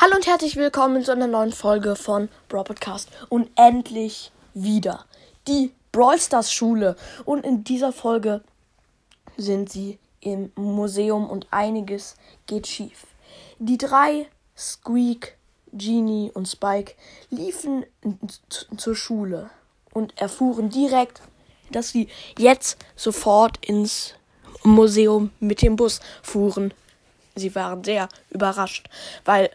Hallo und herzlich willkommen zu einer neuen Folge von Brawl Podcast. Und endlich wieder die Brawl Stars Schule. Und in dieser Folge sind sie im Museum und einiges geht schief. Die drei, Squeak, Genie und Spike, liefen z- zur Schule und erfuhren direkt, dass sie jetzt sofort ins Museum mit dem Bus fuhren. Sie waren sehr überrascht, weil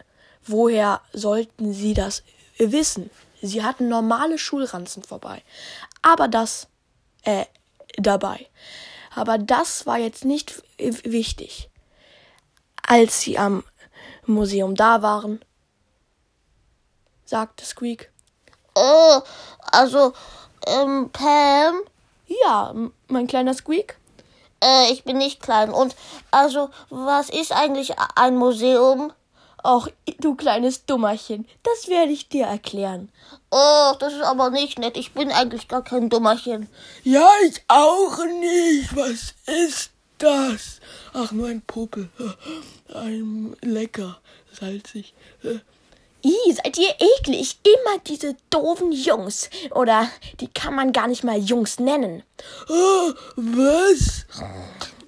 woher sollten sie das wissen? Sie hatten normale Schulranzen vorbei, aber das äh, dabei. Aber das war jetzt nicht w- wichtig. Als sie am Museum da waren, sagte Squeak, Äh, also, ähm, Pam, ja, m- mein kleiner Squeak, äh, ich bin nicht klein. Und, also, was ist eigentlich a- ein Museum? auch du kleines Dummerchen, das werde ich dir erklären. Oh, das ist aber nicht nett. Ich bin eigentlich gar kein Dummerchen. Ja, ich auch nicht. Was ist das? Ach, nur ein Popel. Ein lecker, salzig. Ih, seid ihr eklig? Immer diese doofen Jungs. Oder die kann man gar nicht mal Jungs nennen. Ah, was?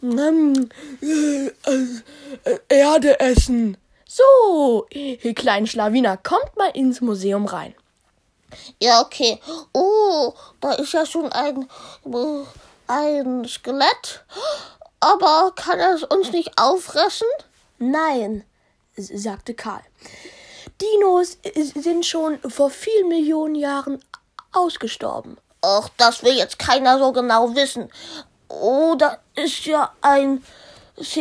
Mm, Äh, äh, äh, Erde essen. So, ihr kleinen Schlawiner, kommt mal ins Museum rein. Ja, okay. Oh, da ist ja schon ein, äh, ein Skelett. Aber kann er es uns nicht auffressen? Nein, s- sagte Karl. Dinos äh, sind schon vor vielen Millionen Jahren ausgestorben. Ach, das will jetzt keiner so genau wissen. Oh, da ist ja ein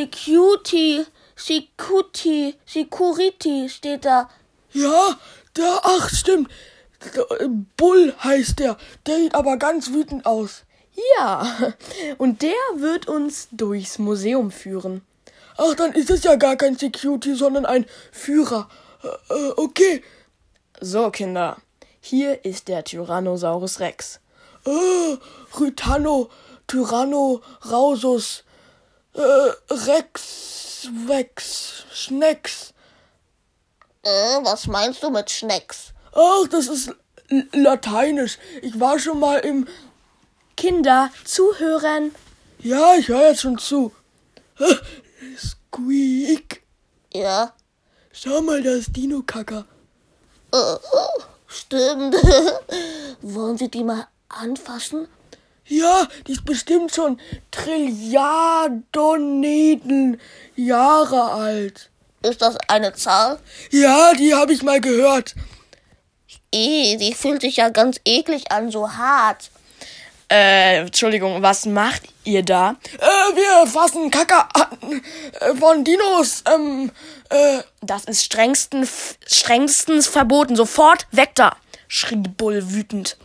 Security, Security, Security steht da. Ja, da, ach, stimmt. Da- Bull heißt der. Der sieht aber ganz wütend aus. Ja, und der wird uns durchs Museum führen. Ach, dann ist es ja gar kein Security, sondern ein Führer. Äh, äh, okay. So, Kinder, hier ist der Tyrannosaurus Rex. Äh, Rytano, Tyranno, Rausus, äh, Rex, Vex, Schnecks. Äh, was meinst du mit Schnecks? Ach, das ist L- lateinisch. Ich war schon mal im... Kinder, zuhören. Ja, ich höre jetzt schon zu. Äh, Squeak. Ja, Schau mal, da ist Dino-Kacker. äh, oh, stimmt. Wollen wir die mal anfassen? Ja, die ist bestimmt schon Trilliardoneten Jahre alt. Ist das eine Zahl? Ja, die habe ich mal gehört. Eh, die fühlt sich ja ganz eklig an, so hart. Äh, Entschuldigung, was macht ihr da? Äh, wir fassen Kacker an, äh, von Dinos. Ähm, äh, Das ist strengstens, strengstens verboten. Sofort weg da, schrie Bull wütend.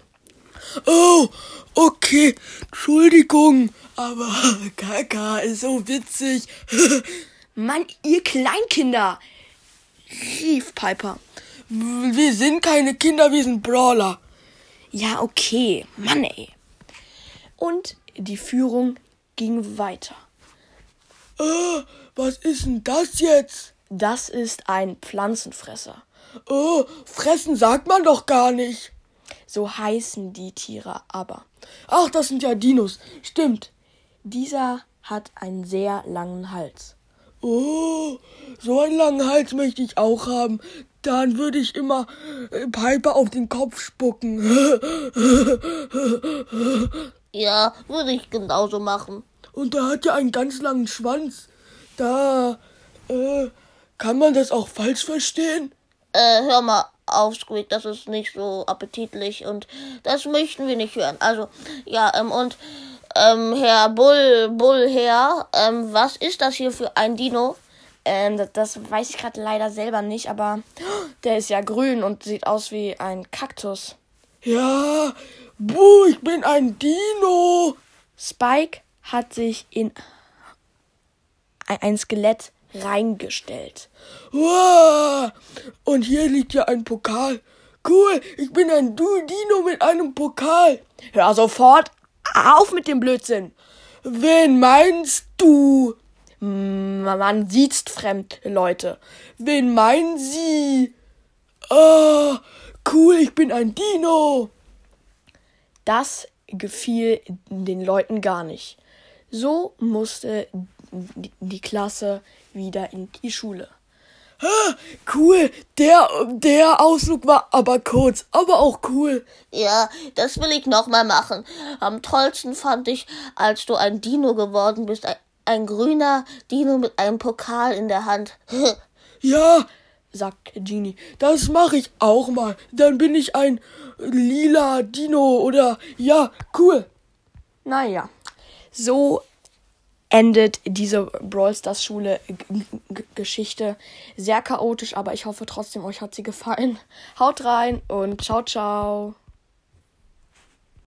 oh, okay. Entschuldigung, aber Kaka ist so witzig. Mann, ihr Kleinkinder, rief Piper. Wir sind keine Kinder, wir sind Brawler. Ja, okay, Mann, ey. Und die Führung ging weiter. Äh, was ist denn das jetzt? Das ist ein Pflanzenfresser. Oh, fressen sagt man doch gar nicht. So heißen die Tiere aber. Ach, das sind ja Dinos. Stimmt. Dieser hat einen sehr langen Hals. Oh, so einen langen Hals möchte ich auch haben. Dann würde ich immer äh, Piper auf den Kopf spucken. Ja, würde ich genauso machen. Und da hat ja einen ganz langen Schwanz. Da äh, kann man das auch falsch verstehen? Äh, hör mal auf, Squeak, das ist nicht so appetitlich und das möchten wir nicht hören. Also, ja, ähm, und, ähm, Herr Bull, Bull, Herr, ähm, was ist das hier für ein Dino? Ähm, das, das weiß ich gerade leider selber nicht, aber der ist ja grün und sieht aus wie ein Kaktus. Ja, buh, ich bin ein Dino. Spike hat sich in ein, ein Skelett reingestellt. Uah. Und hier liegt ja ein Pokal. Cool, ich bin ein du Dino mit einem Pokal. Hör sofort auf mit dem Blödsinn! Wen meinst du? M- Man sieht's fremd, Leute. Wen meinen Sie? Mami. Ah, cool, ich bin ein Dino. Das gefiel den Leuten gar nicht. So musste die- die Klasse wieder in die Schule. Ah, Cool, der, der Ausflug war aber kurz, aber auch cool. Ja, das will ich nochmal machen. Am tollsten fand ich, als du ein Dino geworden bist. Ein, ein grüner Dino mit einem Pokal in der Hand. Ja, sagt Genie. das mache ich auch mal. Dann bin ich ein lila Dino oder ja, cool. Naja, so endet diese Brawl Stars Schule G- G- Geschichte. Sehr chaotisch, aber ich hoffe trotzdem, euch hat sie gefallen. Haut rein und ciao, ciao.